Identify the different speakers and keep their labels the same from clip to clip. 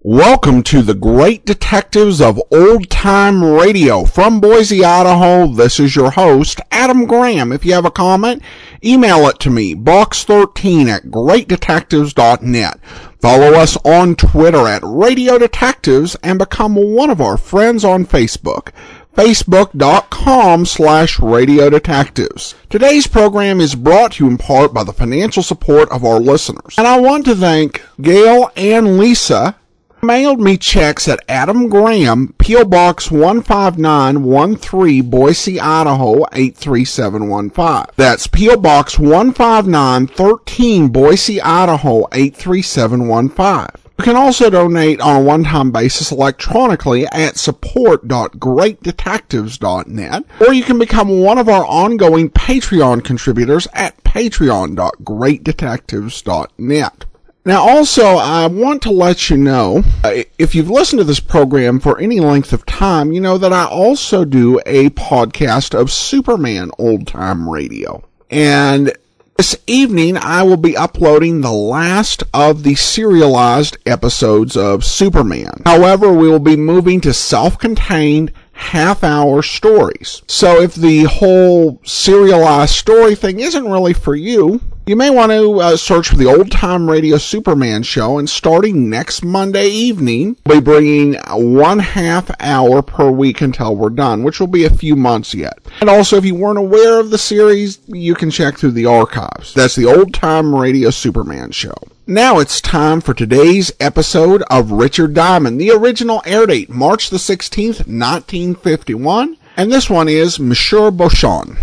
Speaker 1: Welcome to the Great Detectives of Old Time Radio. From Boise, Idaho, this is your host, Adam Graham. If you have a comment, email it to me, box13 at greatdetectives.net. Follow us on Twitter at Radio Detectives and become one of our friends on Facebook facebook.com slash radio detectives. Today's program is brought to you in part by the financial support of our listeners. And I want to thank Gail and Lisa who mailed me checks at Adam Graham, P.O. Box 15913, Boise, Idaho 83715. That's P.O. Box 15913, Boise, Idaho 83715. You can also donate on a one-time basis electronically at support.greatdetectives.net, or you can become one of our ongoing Patreon contributors at patreon.greatdetectives.net. Now also, I want to let you know, uh, if you've listened to this program for any length of time, you know that I also do a podcast of Superman Old Time Radio. And this evening, I will be uploading the last of the serialized episodes of Superman. However, we will be moving to self-contained half hour stories. So if the whole serialized story thing isn't really for you, you may want to uh, search for the old time radio Superman show and starting next Monday evening, we'll be bringing one half hour per week until we're done, which will be a few months yet. And also, if you weren't aware of the series, you can check through the archives. That's the old time radio Superman show. Now it's time for today's episode of Richard Diamond. The original air date, March the 16th, 1951. And this one is Monsieur Beauchamp.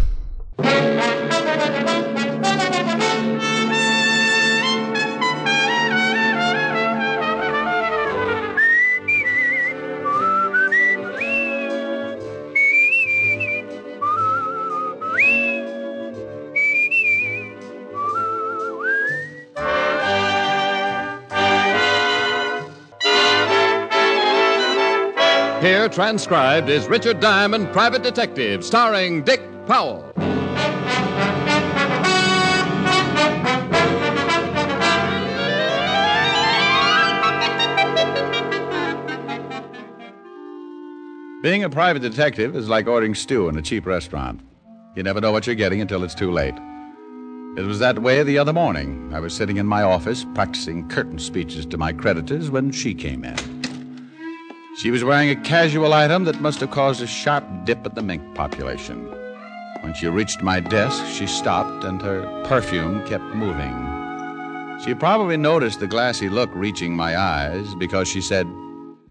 Speaker 2: Here transcribed is Richard Diamond, Private Detective, starring Dick Powell. Being a private detective is like ordering stew in a cheap restaurant. You never know what you're getting until it's too late. It was that way the other morning. I was sitting in my office practicing curtain speeches to my creditors when she came in. She was wearing a casual item that must have caused a sharp dip in the mink population. When she reached my desk, she stopped and her perfume kept moving. She probably noticed the glassy look reaching my eyes because she said,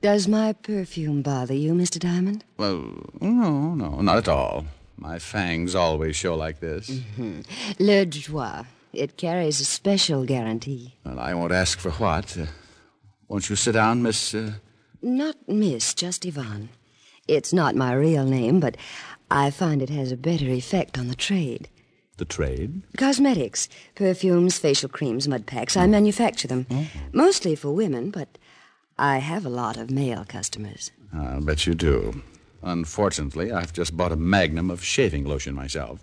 Speaker 3: Does my perfume bother you, Mr. Diamond?
Speaker 2: Well, no, no, not at all. My fangs always show like this.
Speaker 3: Le Joie. It carries a special guarantee.
Speaker 2: Well, I won't ask for what. Uh, won't you sit down, Miss. Uh,
Speaker 3: Not Miss, just Yvonne. It's not my real name, but I find it has a better effect on the trade.
Speaker 2: the trade?
Speaker 3: Cosmetics, perfumes, facial creams, mud packs, I manufacture them. Mostly for women, but I have a lot of male customers.
Speaker 2: I'll bet you do. Unfortunately, I've just bought a magnum of shaving lotion myself.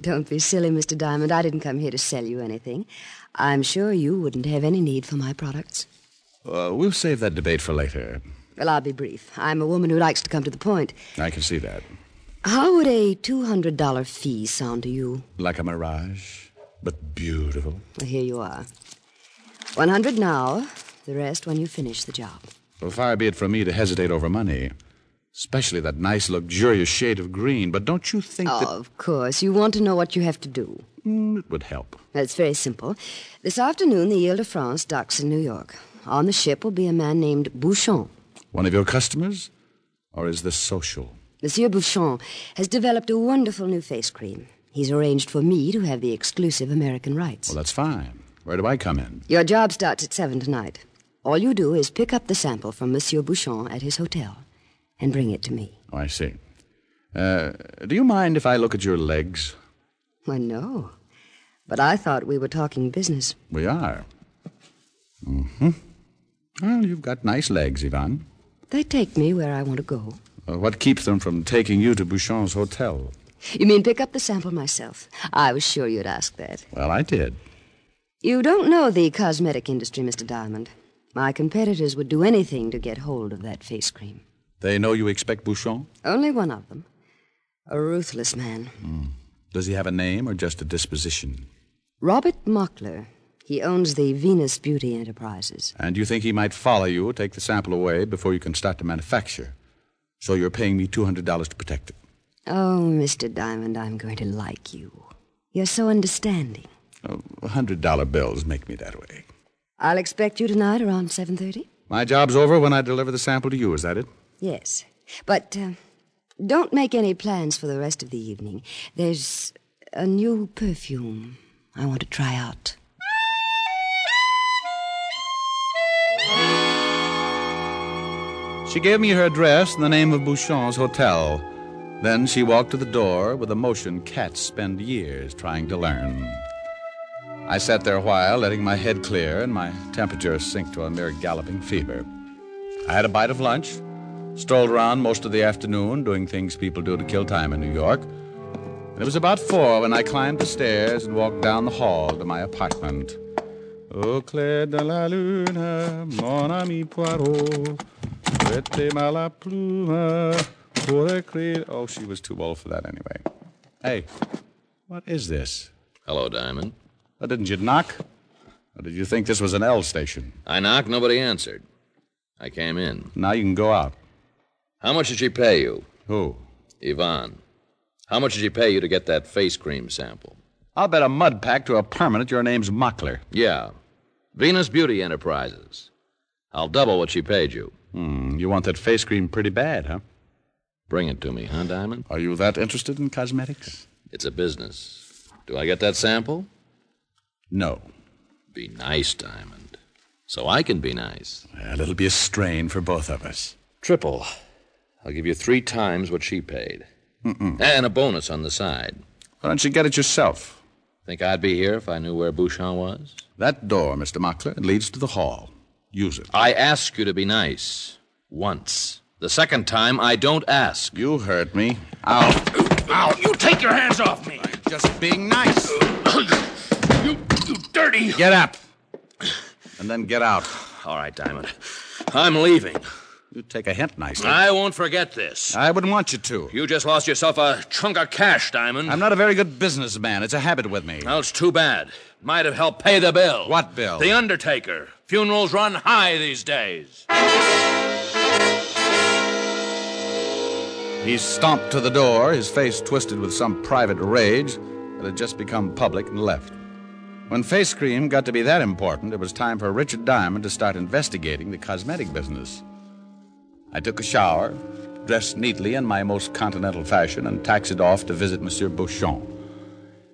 Speaker 3: Don't be silly, Mr. Diamond. I didn't come here to sell you anything. I'm sure you wouldn't have any need for my products.
Speaker 2: Uh, we'll save that debate for later.
Speaker 3: Well, I'll be brief. I'm a woman who likes to come to the point.
Speaker 2: I can see that.
Speaker 3: How would a $200 fee sound to you?
Speaker 2: Like a mirage, but beautiful.
Speaker 3: Well, Here you are. 100 now, the rest when you finish the job.
Speaker 2: Well, far be it from me to hesitate over money, especially that nice, luxurious shade of green. But don't you think that
Speaker 3: Of course, you want to know what you have to do.
Speaker 2: Mm, it would help?
Speaker 3: It's very simple. This afternoon, the Ile de France docks in New York. On the ship will be a man named Bouchon.
Speaker 2: One of your customers? Or is this social?
Speaker 3: Monsieur Bouchon has developed a wonderful new face cream. He's arranged for me to have the exclusive American rights.
Speaker 2: Well, that's fine. Where do I come in?
Speaker 3: Your job starts at seven tonight. All you do is pick up the sample from Monsieur Bouchon at his hotel and bring it to me.
Speaker 2: Oh, I see. Uh, do you mind if I look at your legs?
Speaker 3: Well, no. But I thought we were talking business.
Speaker 2: We are. Mm-hmm. Well, you've got nice legs, Ivan.
Speaker 3: They take me where I want to go.
Speaker 2: Uh, what keeps them from taking you to Bouchon's hotel?
Speaker 3: You mean pick up the sample myself? I was sure you'd ask that.
Speaker 2: Well, I did.
Speaker 3: You don't know the cosmetic industry, Mr. Diamond. My competitors would do anything to get hold of that face cream.
Speaker 2: They know you expect Bouchon?
Speaker 3: Only one of them. A ruthless man.
Speaker 2: Does he have a name or just a disposition?
Speaker 3: Robert Mockler. He owns the Venus Beauty Enterprises.
Speaker 2: And you think he might follow you, take the sample away before you can start the manufacture. So you're paying me $200 to protect it.
Speaker 3: Oh, Mr. Diamond, I'm going to like you. You're so understanding.
Speaker 2: Oh, $100 bills make me that way.
Speaker 3: I'll expect you tonight around 7.30.
Speaker 2: My job's over when I deliver the sample to you, is that it?
Speaker 3: Yes. But uh, don't make any plans for the rest of the evening. There's a new perfume I want to try out.
Speaker 2: She gave me her address and the name of Bouchon's hotel. Then she walked to the door with a motion cats spend years trying to learn. I sat there a while, letting my head clear and my temperature sink to a mere galloping fever. I had a bite of lunch, strolled around most of the afternoon doing things people do to kill time in New York. And it was about four when I climbed the stairs and walked down the hall to my apartment. Au clair de la lune, mon ami Poirot, prêtez-moi la plume pour écrire. Oh, she was too old for that anyway. Hey, what is this?
Speaker 4: Hello, Diamond.
Speaker 2: Oh, didn't you knock? Or did you think this was an L station?
Speaker 4: I knocked, nobody answered. I came in.
Speaker 2: Now you can go out.
Speaker 4: How much did she pay you,
Speaker 2: Who?
Speaker 4: Yvonne? How much did she pay you to get that face cream sample?
Speaker 2: I'll bet a mud pack to a permanent your name's Mockler.
Speaker 4: Yeah. Venus Beauty Enterprises. I'll double what she paid you.
Speaker 2: Hmm, you want that face cream pretty bad, huh?
Speaker 4: Bring it to me, huh, Diamond?
Speaker 2: Are you that interested in cosmetics?
Speaker 4: It's a business. Do I get that sample?
Speaker 2: No.
Speaker 4: Be nice, Diamond. So I can be nice.
Speaker 2: Well, it'll be a strain for both of us.
Speaker 4: Triple. I'll give you three times what she paid. Mm-mm. And a bonus on the side.
Speaker 2: Why don't you get it yourself?
Speaker 4: Think I'd be here if I knew where Bouchon was?
Speaker 2: That door, Mr. Mockler, leads to the hall. Use it.
Speaker 4: I ask you to be nice. Once. The second time, I don't ask.
Speaker 2: You heard me. Out.
Speaker 5: Ow, you take your hands off me!
Speaker 2: Just being nice.
Speaker 5: You, you dirty.
Speaker 2: Get up. And then get out.
Speaker 4: All right, Diamond. I'm leaving.
Speaker 2: You take a hint nicely.
Speaker 4: I won't forget this.
Speaker 2: I wouldn't want you to.
Speaker 4: You just lost yourself a chunk of cash, Diamond.
Speaker 2: I'm not a very good businessman. It's a habit with me.
Speaker 4: Well, it's too bad. Might have helped pay the bill.
Speaker 2: What bill?
Speaker 4: The Undertaker. Funerals run high these days.
Speaker 2: He stomped to the door, his face twisted with some private rage that had just become public, and left. When face cream got to be that important, it was time for Richard Diamond to start investigating the cosmetic business. I took a shower, dressed neatly in my most continental fashion, and taxied off to visit Monsieur Bouchon.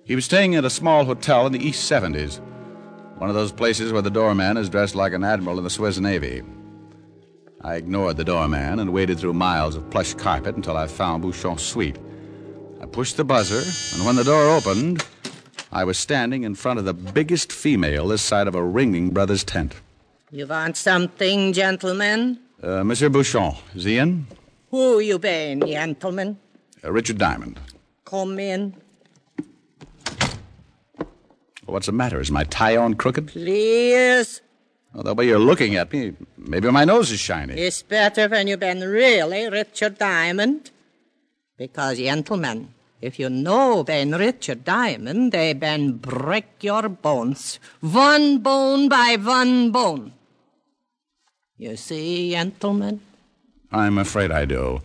Speaker 2: He was staying at a small hotel in the East 70s, one of those places where the doorman is dressed like an admiral in the Swiss Navy. I ignored the doorman and waded through miles of plush carpet until I found Bouchon's suite. I pushed the buzzer, and when the door opened, I was standing in front of the biggest female this side of a Ringling Brothers tent.
Speaker 6: You want something, gentlemen?
Speaker 2: Uh, Monsieur Bouchon, is he in?
Speaker 6: Who you been, gentlemen?
Speaker 2: Uh, Richard Diamond.
Speaker 6: Come in.
Speaker 2: What's the matter? Is my tie on crooked?
Speaker 6: Please.
Speaker 2: Well, the way you're looking at me, maybe my nose is shiny.
Speaker 6: It's better when you been really Richard Diamond. Because, gentlemen, if you know been Richard Diamond, they been break your bones. One bone by one bone. You see, gentlemen?
Speaker 2: I'm afraid I do.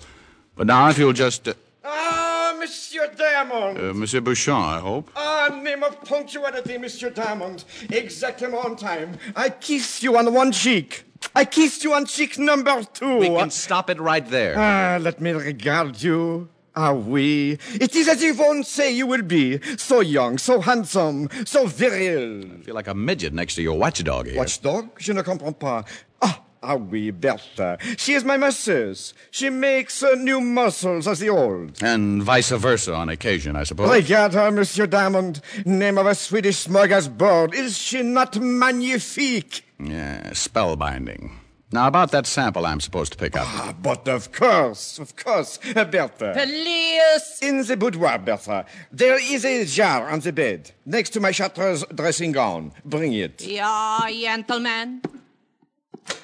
Speaker 2: But now, if you'll just. Uh,
Speaker 7: Ah, Monsieur Diamond!
Speaker 2: uh, Monsieur Bouchon, I hope.
Speaker 7: Ah, name of punctuality, Monsieur Diamond. Exactly on time. I kissed you on one cheek. I kissed you on cheek number two.
Speaker 2: We can stop it right there.
Speaker 7: Ah, let me regard you. Ah, oui. It is as Yvonne say you will be. So young, so handsome, so virile.
Speaker 2: I feel like a midget next to your watchdog here.
Speaker 7: Watchdog? Je ne comprends pas. Ah, ah oui, Bertha. She is my masseuse. She makes uh, new muscles as the old.
Speaker 2: And vice versa on occasion, I suppose.
Speaker 7: Regard her, Monsieur Diamond. Name of a Swedish smorgasbord. Is she not magnifique?
Speaker 2: Yeah, Uh, spellbinding. Now, about that sample I'm supposed to pick up.
Speaker 7: Ah, but of course, of course, uh, Bertha.
Speaker 6: Please.
Speaker 7: In the boudoir, Bertha, there is a jar on the bed next to my Chartreuse dressing gown. Bring it.
Speaker 6: Yeah, gentlemen.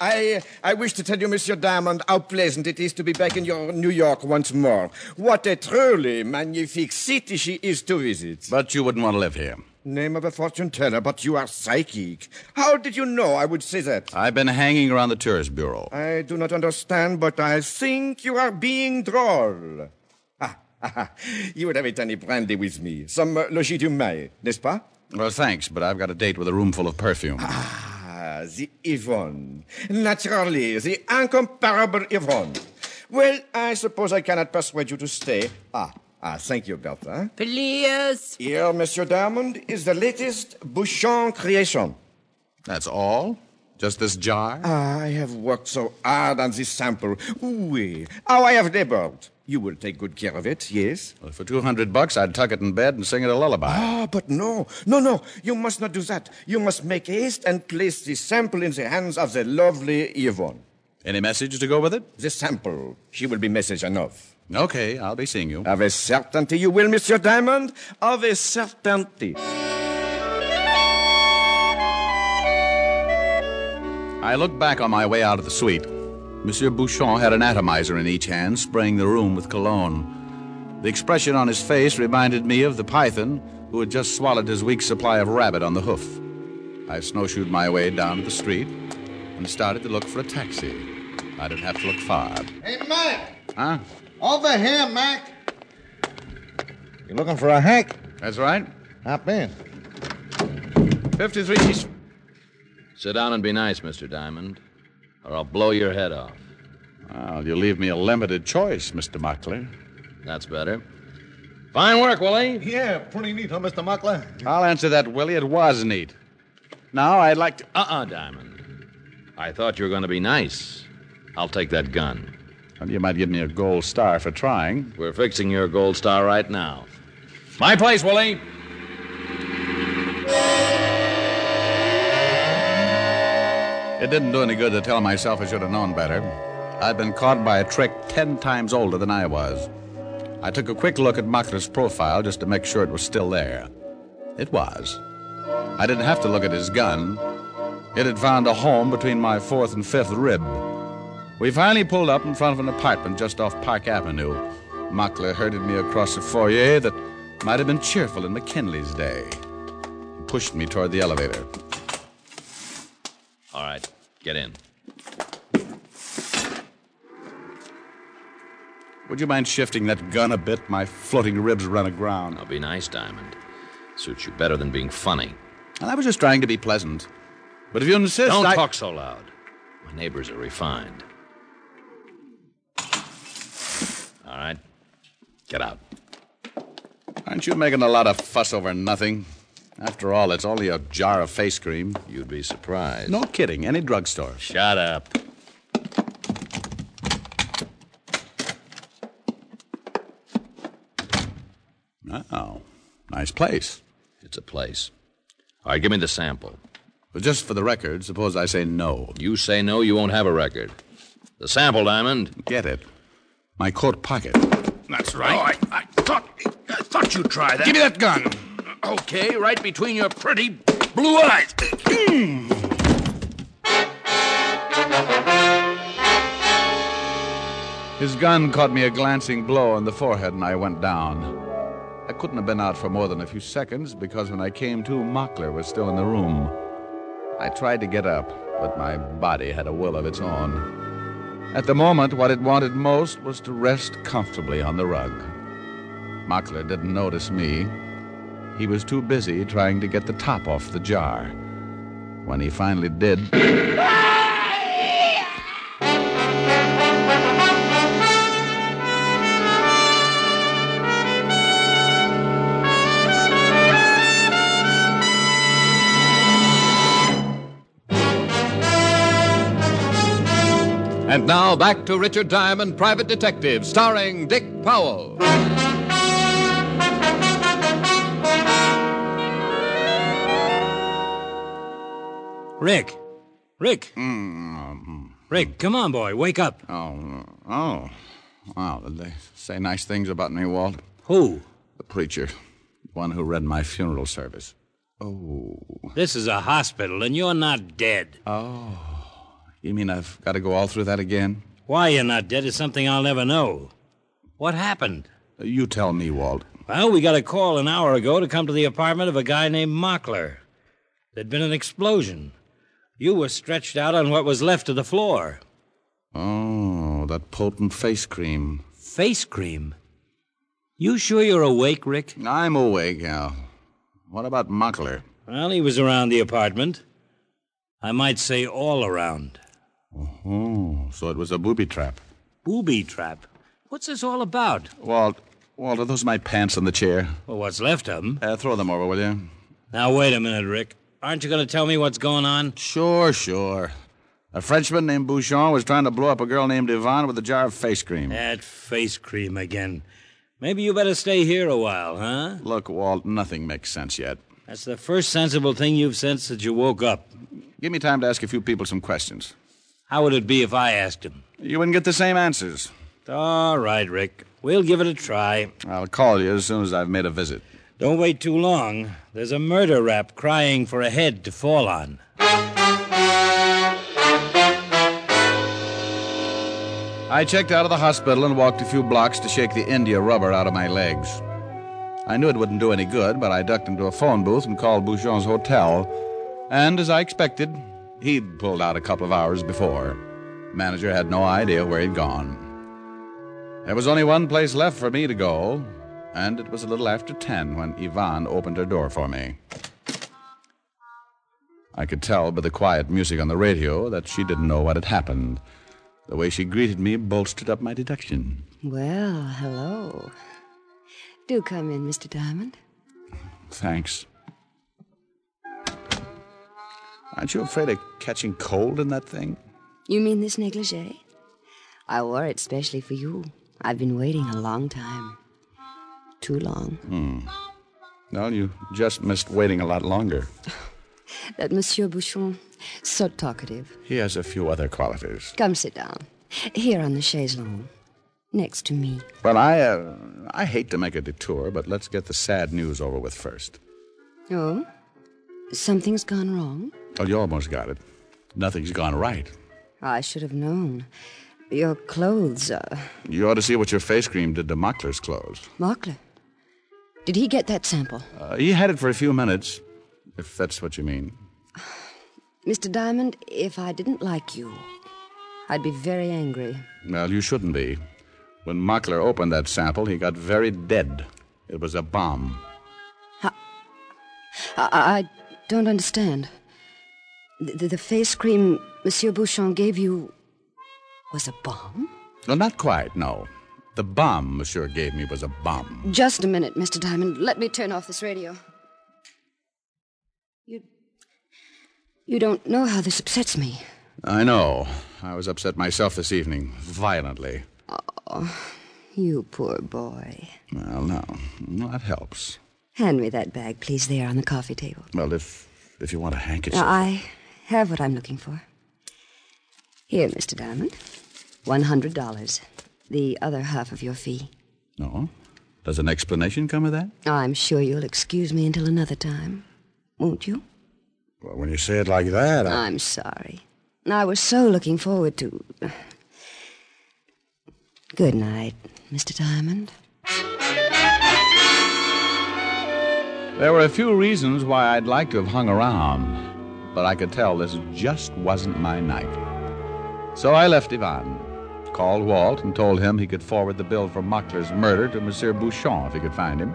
Speaker 7: I, I wish to tell you, Monsieur Diamond, how pleasant it is to be back in your New York once more. What a truly magnifique city she is to visit.
Speaker 2: But you wouldn't want to live here.
Speaker 7: Name of a fortune teller, but you are psychic. How did you know I would say that?
Speaker 2: I've been hanging around the tourist bureau.
Speaker 7: I do not understand, but I think you are being droll. Ah, ah, ah. you would have a tiny brandy with me. Some uh, logis du Mai, n'est-ce pas?
Speaker 2: Well, thanks, but I've got a date with a roomful of perfume.
Speaker 7: Ah, the Yvonne. Naturally, the incomparable Yvonne. Well, I suppose I cannot persuade you to stay. Ah, ah, thank you, Bertha.
Speaker 6: Please.
Speaker 7: Here, Monsieur Diamond, is the latest Bouchon creation.
Speaker 2: That's all? Just this jar?
Speaker 7: Ah, I have worked so hard on this sample. Oui, how I have labored. You will take good care of it, yes?
Speaker 2: Well, for 200 bucks, I'd tuck it in bed and sing it a lullaby.
Speaker 7: Ah, but no, no, no, you must not do that. You must make haste and place the sample in the hands of the lovely Yvonne.
Speaker 2: Any message to go with it?
Speaker 7: The sample, she will be message enough.
Speaker 2: Okay, I'll be seeing you.
Speaker 7: Of a certainty you will, Monsieur Diamond, of a certainty.
Speaker 2: I looked back on my way out of the suite. Monsieur Bouchon had an atomizer in each hand, spraying the room with cologne. The expression on his face reminded me of the python who had just swallowed his week's supply of rabbit on the hoof. I snowshoed my way down the street and started to look for a taxi. I didn't have to look far.
Speaker 8: Hey, Mac!
Speaker 2: Huh?
Speaker 8: Over here, Mac! You looking for a hack?
Speaker 2: That's right.
Speaker 8: Hop in.
Speaker 2: 53 East.
Speaker 4: Sit down and be nice, Mr. Diamond, or I'll blow your head off.
Speaker 2: Well, you leave me a limited choice, Mr. Mockley.
Speaker 4: That's better. Fine work, Willie.
Speaker 8: Yeah, pretty neat, huh, Mr. Muckler?
Speaker 2: I'll answer that, Willie. It was neat. Now I'd like to.
Speaker 4: Uh uh Diamond. I thought you were going to be nice. I'll take that gun.
Speaker 2: Well, you might give me a gold star for trying.
Speaker 4: We're fixing your gold star right now. My place, Willie.
Speaker 2: It didn't do any good to tell myself I should have known better. I'd been caught by a trick ten times older than I was. I took a quick look at Mockler's profile just to make sure it was still there. It was. I didn't have to look at his gun. It had found a home between my fourth and fifth rib. We finally pulled up in front of an apartment just off Park Avenue. Mockler herded me across a foyer that might have been cheerful in McKinley's day. He pushed me toward the elevator.
Speaker 4: All right, get in.
Speaker 2: Would you mind shifting that gun a bit? My floating ribs run aground.
Speaker 4: Now be nice, Diamond. Suits you better than being funny.
Speaker 2: And I was just trying to be pleasant. But if you insist,
Speaker 4: Don't
Speaker 2: I-
Speaker 4: talk so loud. My neighbors are refined. All right, get out.
Speaker 2: Aren't you making a lot of fuss over nothing? After all, it's only a jar of face cream.
Speaker 4: You'd be surprised.
Speaker 2: No kidding, any drugstore.
Speaker 4: Shut up.
Speaker 2: Oh, nice place.
Speaker 4: It's a place. All right, give me the sample.
Speaker 2: But just for the record, suppose I say no.
Speaker 4: You say no, you won't have a record. The sample, Diamond.
Speaker 2: Get it. My coat pocket.
Speaker 5: That's right. Oh, I, I thought I thought you'd try that.
Speaker 2: Give me that gun.
Speaker 5: Okay, right between your pretty blue eyes.
Speaker 2: His gun caught me a glancing blow on the forehead, and I went down. I couldn't have been out for more than a few seconds because when I came to, Mockler was still in the room. I tried to get up, but my body had a will of its own. At the moment, what it wanted most was to rest comfortably on the rug. Mockler didn't notice me. He was too busy trying to get the top off the jar. When he finally did,
Speaker 9: And now back to Richard Diamond, Private Detective, starring Dick Powell.
Speaker 10: Rick. Rick. Rick, come on, boy. Wake up.
Speaker 2: Hmm, Oh, oh. Wow, did they say nice things about me, Walt?
Speaker 10: Who?
Speaker 2: The preacher, the one who read my funeral service. Uh.
Speaker 10: This is a hospital, and you're not dead.
Speaker 2: You mean I've got to go all through that again?
Speaker 10: Why you're not dead is something I'll never know. What happened?
Speaker 2: You tell me, Walt.
Speaker 10: Well, we got a call an hour ago to come to the apartment of a guy named Mockler. There'd been an explosion. You were stretched out on what was left of the floor.
Speaker 2: Oh, that potent face cream.
Speaker 10: Face cream? You sure you're awake, Rick?
Speaker 2: I'm awake, Al. What about Mockler?
Speaker 10: Well, he was around the apartment. I might say all around.
Speaker 2: Oh, so it was a booby trap.
Speaker 10: Booby trap? What's this all about?
Speaker 2: Walt, Walt, are those my pants on the chair?
Speaker 10: Well, what's left of them?
Speaker 2: Uh, throw them over, will you?
Speaker 10: Now, wait a minute, Rick. Aren't you going to tell me what's going on?
Speaker 2: Sure, sure. A Frenchman named Bouchon was trying to blow up a girl named Yvonne with a jar of face cream.
Speaker 4: Eh.
Speaker 10: That face cream again. Maybe you better stay here a while, huh?
Speaker 2: Look, Walt, nothing makes sense yet.
Speaker 10: That's the first sensible thing you've said since you woke up.
Speaker 2: Give me time to ask a few people some questions.
Speaker 10: How would it be if I asked him?
Speaker 2: You wouldn't get the same answers.
Speaker 10: All right, Rick. We'll give it a try.
Speaker 2: I'll call you as soon as I've made a visit.
Speaker 10: Don't wait too long. There's a murder rap crying for a head to fall on.
Speaker 2: I checked out of the hospital and walked a few blocks to shake the India rubber out of my legs. I knew it wouldn't do any good, but I ducked into a phone booth and called Bouchon's hotel. And as I expected, he'd pulled out a couple of hours before. Manager had no idea where he'd gone. There was only one place left for me to go, and it was a little after ten when Ivan opened her door for me. I could tell by the quiet music on the radio that she didn't know what had happened. The way she greeted me bolstered up my deduction.
Speaker 3: Well, hello. Do come in, Mr. Diamond.
Speaker 2: Thanks. Aren't you afraid of catching cold in that thing?
Speaker 3: You mean this negligee? I wore it specially for you. I've been waiting a long time. Too long.
Speaker 2: Hmm. Well, you just missed waiting a lot longer.
Speaker 3: that Monsieur Bouchon, so talkative.
Speaker 2: He has a few other qualities.
Speaker 3: Come sit down. Here on the chaise longue next to me.
Speaker 2: Well, I, uh, I hate to make a detour, but let's get the sad news over with first.
Speaker 3: Oh? Something's gone wrong?
Speaker 2: Oh, you almost got it. Nothing's gone right.
Speaker 3: I should have known. Your clothes uh, are.
Speaker 2: You ought to see what your face cream did to Mockler's clothes.
Speaker 3: Mockler? Did he get that sample?
Speaker 2: Uh, he had it for a few minutes, if that's what you mean.
Speaker 3: Mr. Diamond, if I didn't like you, I'd be very angry.
Speaker 2: Well, you shouldn't be. When Mockler opened that sample, he got very dead. It was a bomb.
Speaker 3: I, I, I don't understand. The, the, face cream Monsieur Bouchon gave you was a bomb?
Speaker 2: Well, not quite, no. The bomb Monsieur gave me was a bomb.
Speaker 3: Just a minute, Mr. Diamond. Let me turn off this radio. You. You don't know how this upsets me.
Speaker 2: I know. I was upset myself this evening, violently.
Speaker 3: Oh, you poor boy.
Speaker 2: Well, no, well, that helps.
Speaker 3: Hand me that bag, please, there on the coffee table.
Speaker 2: Well, if if you want a handkerchief.
Speaker 3: Now, I have what I'm looking for. Here, Mr. Diamond. One hundred dollars. The other half of your fee.
Speaker 2: No? Does an explanation come with that?
Speaker 3: I'm sure you'll excuse me until another time. Won't you?
Speaker 2: Well, when you say it like that, I...
Speaker 3: I'm sorry. I was so looking forward to Good night, Mr. Diamond.
Speaker 2: There were a few reasons why I'd like to have hung around, but I could tell this just wasn't my night. So I left Ivan, called Walt, and told him he could forward the bill for Mockler's murder to Monsieur Bouchon if he could find him.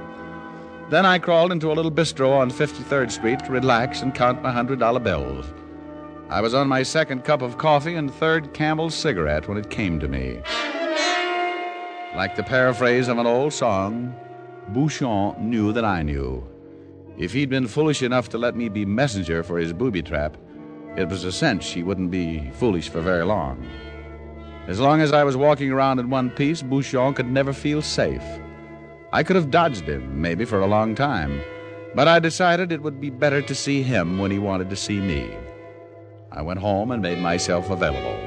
Speaker 2: Then I crawled into a little bistro on 53rd Street to relax and count my $100 bills. I was on my second cup of coffee and third Campbell's cigarette when it came to me. Like the paraphrase of an old song, Bouchon knew that I knew. If he'd been foolish enough to let me be messenger for his booby trap, it was a sense she wouldn't be foolish for very long. As long as I was walking around in one piece, Bouchon could never feel safe. I could have dodged him, maybe for a long time, but I decided it would be better to see him when he wanted to see me. I went home and made myself available.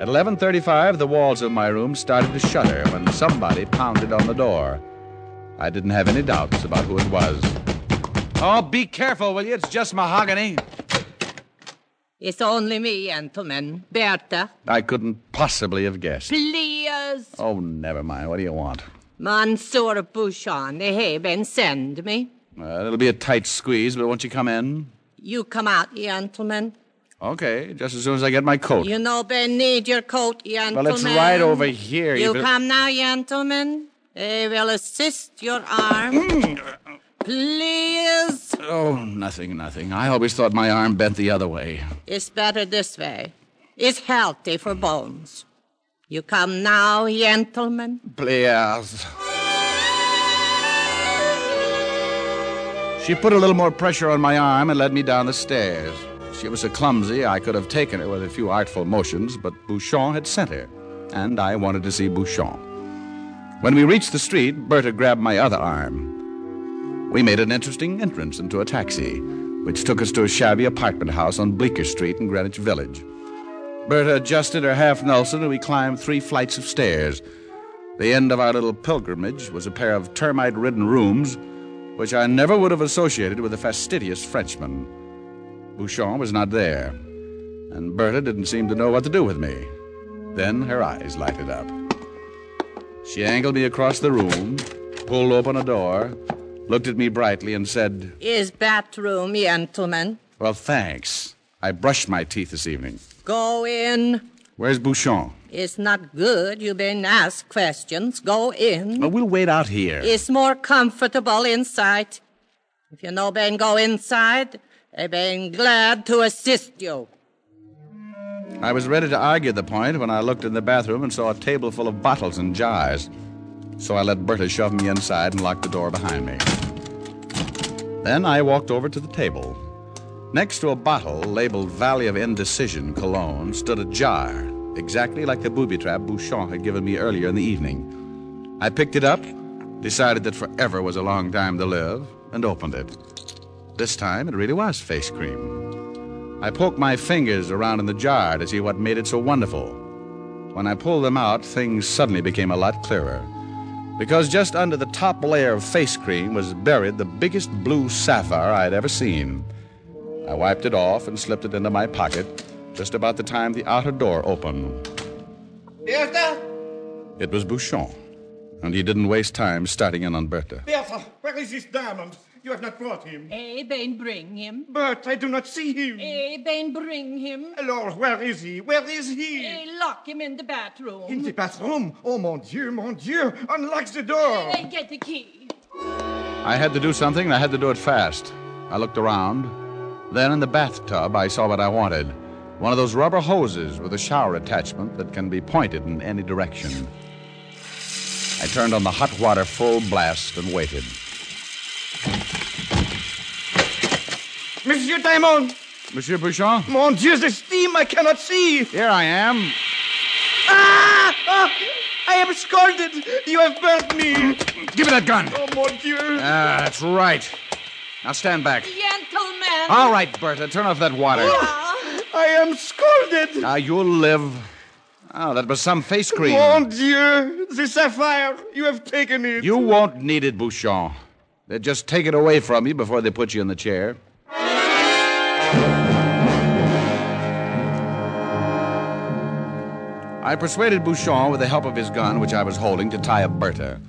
Speaker 2: At 11:35, the walls of my room started to shudder when somebody pounded on the door. I didn't have any doubts about who it was. Oh, be careful, will you? It's just mahogany.
Speaker 6: It's only me, gentlemen. Bertha.
Speaker 2: I couldn't possibly have guessed.
Speaker 6: Please.
Speaker 2: Oh, never mind. What do you want?
Speaker 6: Monsieur Bouchon, they have been send me.
Speaker 2: Uh, it'll be a tight squeeze, but won't you come in?
Speaker 6: You come out, gentlemen.
Speaker 2: Okay, just as soon as I get my coat.
Speaker 6: You know Ben need your coat, gentlemen.
Speaker 2: Well, it's right over here.
Speaker 6: You
Speaker 2: even-
Speaker 6: come now, gentlemen. They will assist your
Speaker 2: Mm.
Speaker 6: arm. Please.
Speaker 2: Oh, nothing, nothing. I always thought my arm bent the other way.
Speaker 6: It's better this way. It's healthy for bones. You come now, gentlemen.
Speaker 2: Please. She put a little more pressure on my arm and led me down the stairs. She was so clumsy I could have taken her with a few artful motions, but Bouchon had sent her, and I wanted to see Bouchon. When we reached the street, Berta grabbed my other arm. We made an interesting entrance into a taxi, which took us to a shabby apartment house on Bleecker Street in Greenwich Village. Berta adjusted her half Nelson, and we climbed three flights of stairs. The end of our little pilgrimage was a pair of termite ridden rooms, which I never would have associated with a fastidious Frenchman. Bouchon was not there, and Berta didn't seem to know what to do with me. Then her eyes lighted up. She angled me across the room, pulled open a door, looked at me brightly, and said,
Speaker 6: Is bathroom, gentlemen.
Speaker 2: Well, thanks. I brushed my teeth this evening.
Speaker 6: Go in.
Speaker 2: Where's Bouchon?
Speaker 6: It's not good. You've been asked questions. Go in.
Speaker 2: Well, we'll wait out here.
Speaker 6: It's more comfortable inside. If you no been go inside, they been glad to assist you.
Speaker 2: I was ready to argue the point when I looked in the bathroom and saw a table full of bottles and jars. So I let Berta shove me inside and locked the door behind me. Then I walked over to the table. Next to a bottle labeled Valley of Indecision Cologne stood a jar, exactly like the booby trap Bouchon had given me earlier in the evening. I picked it up, decided that forever was a long time to live, and opened it. This time it really was face cream. I poked my fingers around in the jar to see what made it so wonderful. When I pulled them out, things suddenly became a lot clearer. Because just under the top layer of face cream was buried the biggest blue sapphire I had ever seen. I wiped it off and slipped it into my pocket just about the time the outer door opened.
Speaker 7: Bertha!
Speaker 2: It was Bouchon, and he didn't waste time starting in on Bertha.
Speaker 7: Bertha, where is this diamond? You have not brought him.
Speaker 6: Eh, been bring him.
Speaker 7: But I do not see him.
Speaker 6: Eh, been bring him.
Speaker 7: Lord, where is he? Where is he?
Speaker 6: Eh, lock him in the bathroom.
Speaker 7: In the bathroom? Oh, mon Dieu, mon Dieu! Unlock the door!
Speaker 6: They get the key.
Speaker 2: I had to do something, and I had to do it fast. I looked around. Then, in the bathtub, I saw what I wanted one of those rubber hoses with a shower attachment that can be pointed in any direction. I turned on the hot water full blast and waited.
Speaker 7: Monsieur Diamond!
Speaker 2: Monsieur Bouchon?
Speaker 7: Mon Dieu, the steam! I cannot see!
Speaker 2: Here I am.
Speaker 7: Ah! Ah! I am scalded! You have burnt me!
Speaker 2: Give me that gun.
Speaker 7: Oh, mon Dieu!
Speaker 2: Ah, that's right. Now stand back.
Speaker 6: Gentlemen.
Speaker 2: All right, Bertha, turn off that water.
Speaker 7: I am scalded!
Speaker 2: Now you'll live. Oh, that was some face cream.
Speaker 7: Mon Dieu! The sapphire! You have taken it!
Speaker 2: You won't need it, Bouchon. They'll just take it away from you before they put you in the chair. I persuaded Bouchon with the help of his gun, which I was holding, to tie up Bertha.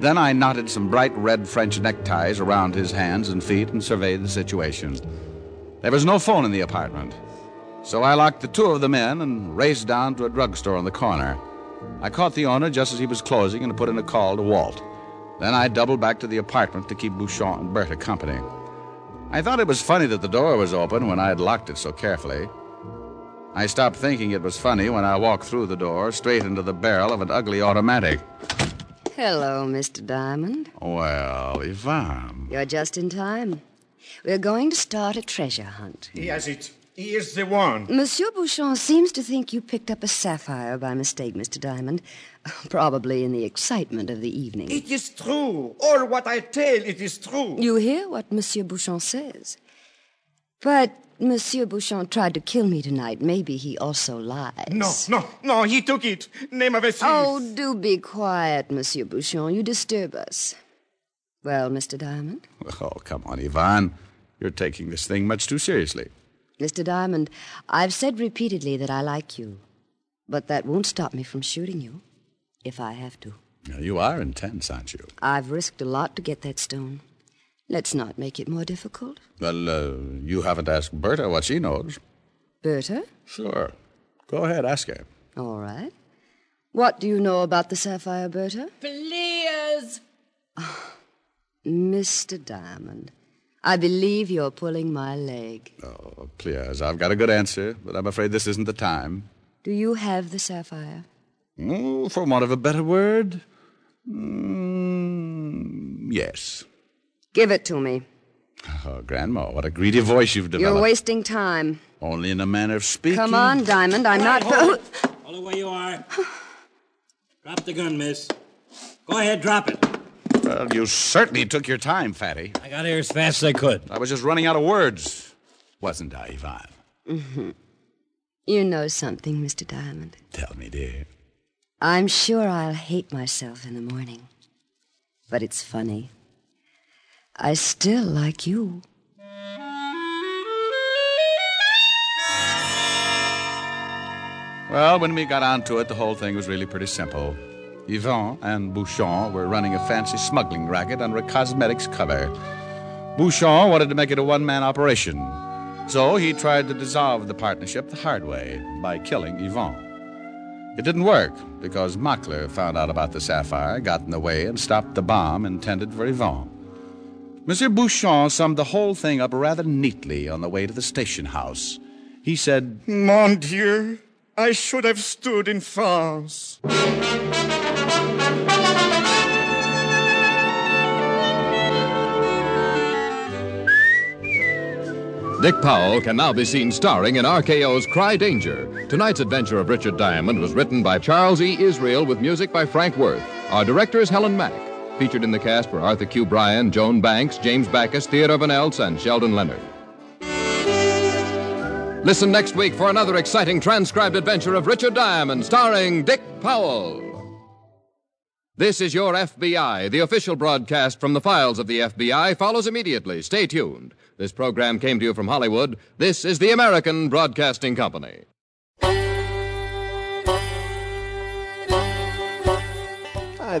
Speaker 2: Then I knotted some bright red French neckties around his hands and feet and surveyed the situation. There was no phone in the apartment, so I locked the two of them in and raced down to a drugstore on the corner. I caught the owner just as he was closing and put in a call to Walt. Then I doubled back to the apartment to keep Bouchon and Berta company. I thought it was funny that the door was open when I had locked it so carefully. I stopped thinking it was funny when I walked through the door straight into the barrel of an ugly automatic.
Speaker 3: Hello, Mr. Diamond.
Speaker 2: Well, Yvonne.
Speaker 3: You're just in time. We're going to start a treasure hunt.
Speaker 7: He has it. He is the one.
Speaker 3: Monsieur Bouchon seems to think you picked up a sapphire by mistake, Mr. Diamond. Probably in the excitement of the evening.
Speaker 7: It is true. All what I tell, it is true.
Speaker 3: You hear what Monsieur Bouchon says. But Monsieur Bouchon tried to kill me tonight. Maybe he also lies.
Speaker 7: No, no, no, he took it. Name of a thief.
Speaker 3: Oh, do be quiet, Monsieur Bouchon. You disturb us. Well, Mr. Diamond?
Speaker 2: Oh, come on, Yvonne. You're taking this thing much too seriously.
Speaker 3: Mr. Diamond, I've said repeatedly that I like you, but that won't stop me from shooting you if I have to.
Speaker 2: Now, you are intense, aren't you?
Speaker 3: I've risked a lot to get that stone. Let's not make it more difficult.
Speaker 2: Well, uh, you haven't asked Berta what she knows.
Speaker 3: Berta?
Speaker 2: Sure. Go ahead, ask her.
Speaker 3: All right. What do you know about the sapphire, Berta?
Speaker 11: Please!
Speaker 3: Mr. Diamond, I believe you're pulling my leg.
Speaker 2: Oh, please, I've got a good answer, but I'm afraid this isn't the time.
Speaker 3: Do you have the sapphire?
Speaker 2: Oh, for want of a better word, mm, yes.
Speaker 3: Give it to me.
Speaker 2: Oh, Grandma, what a greedy voice you've developed.
Speaker 3: You're wasting time.
Speaker 2: Only in a manner of speaking.
Speaker 3: Come on, Diamond, I'm
Speaker 12: All right,
Speaker 3: not.
Speaker 12: hold it. Hold it where you are. Drop the gun, miss. Go ahead, drop it.
Speaker 2: Well, you certainly took your time, Fatty.
Speaker 12: I got here as fast as I could.
Speaker 2: I was just running out of words. Wasn't I, Ivan?
Speaker 3: Mhm. You know something, Mr. Diamond.
Speaker 2: Tell me, dear.
Speaker 3: I'm sure I'll hate myself in the morning. But it's funny. I still like you.
Speaker 2: Well, when we got onto it, the whole thing was really pretty simple. Yvon and Bouchon were running a fancy smuggling racket under a cosmetics cover. Bouchon wanted to make it a one man operation, so he tried to dissolve the partnership the hard way by killing Yvon. It didn't work because Mockler found out about the sapphire, got in the way, and stopped the bomb intended for Yvon. Monsieur Bouchon summed the whole thing up rather neatly on the way to the station house. He said,
Speaker 7: Mon Dieu, I should have stood in France.
Speaker 4: Dick Powell can now be seen starring in RKO's Cry Danger. Tonight's adventure of Richard Diamond was written by Charles E. Israel with music by Frank Worth. Our director is Helen Mack. Featured in the cast were Arthur Q. Bryan, Joan Banks, James Backus, Theodore Van Eltz, and Sheldon Leonard. Listen next week for another exciting transcribed adventure of Richard Diamond starring Dick Powell. This is Your FBI. The official broadcast from the files of the FBI follows immediately. Stay tuned. This program came to you from Hollywood. This is the American Broadcasting Company.
Speaker 10: Hi,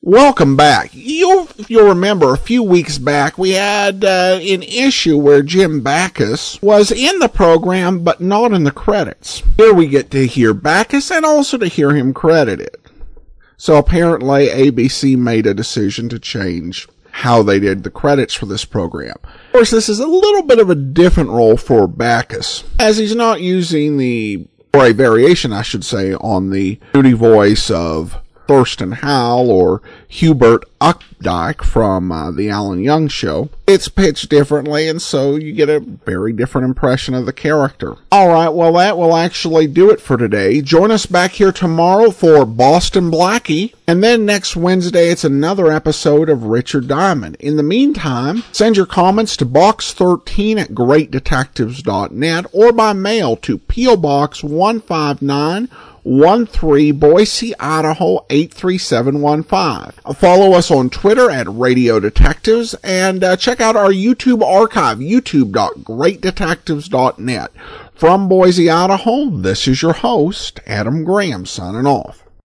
Speaker 1: Welcome back. You'll, you'll remember a few weeks back we had uh, an issue where Jim Backus was in the program but not in the credits. Here we get to hear Backus and also to hear him credited. So apparently ABC made a decision to change how they did the credits for this program. Of course, this is a little bit of a different role for Backus as he's not using the, or a variation, I should say, on the duty voice of Thurston Howell or Hubert Updike from uh, The Alan Young Show. It's pitched differently, and so you get a very different impression of the character. All right, well, that will actually do it for today. Join us back here tomorrow for Boston Blackie, and then next Wednesday it's another episode of Richard Diamond. In the meantime, send your comments to box13 at greatdetectives.net or by mail to P.O. Box 159. 13 Boise, Idaho 83715. Uh, Follow us on Twitter at Radio Detectives and uh, check out our YouTube archive, youtube.greatdetectives.net. From Boise, Idaho, this is your host, Adam Graham, signing off.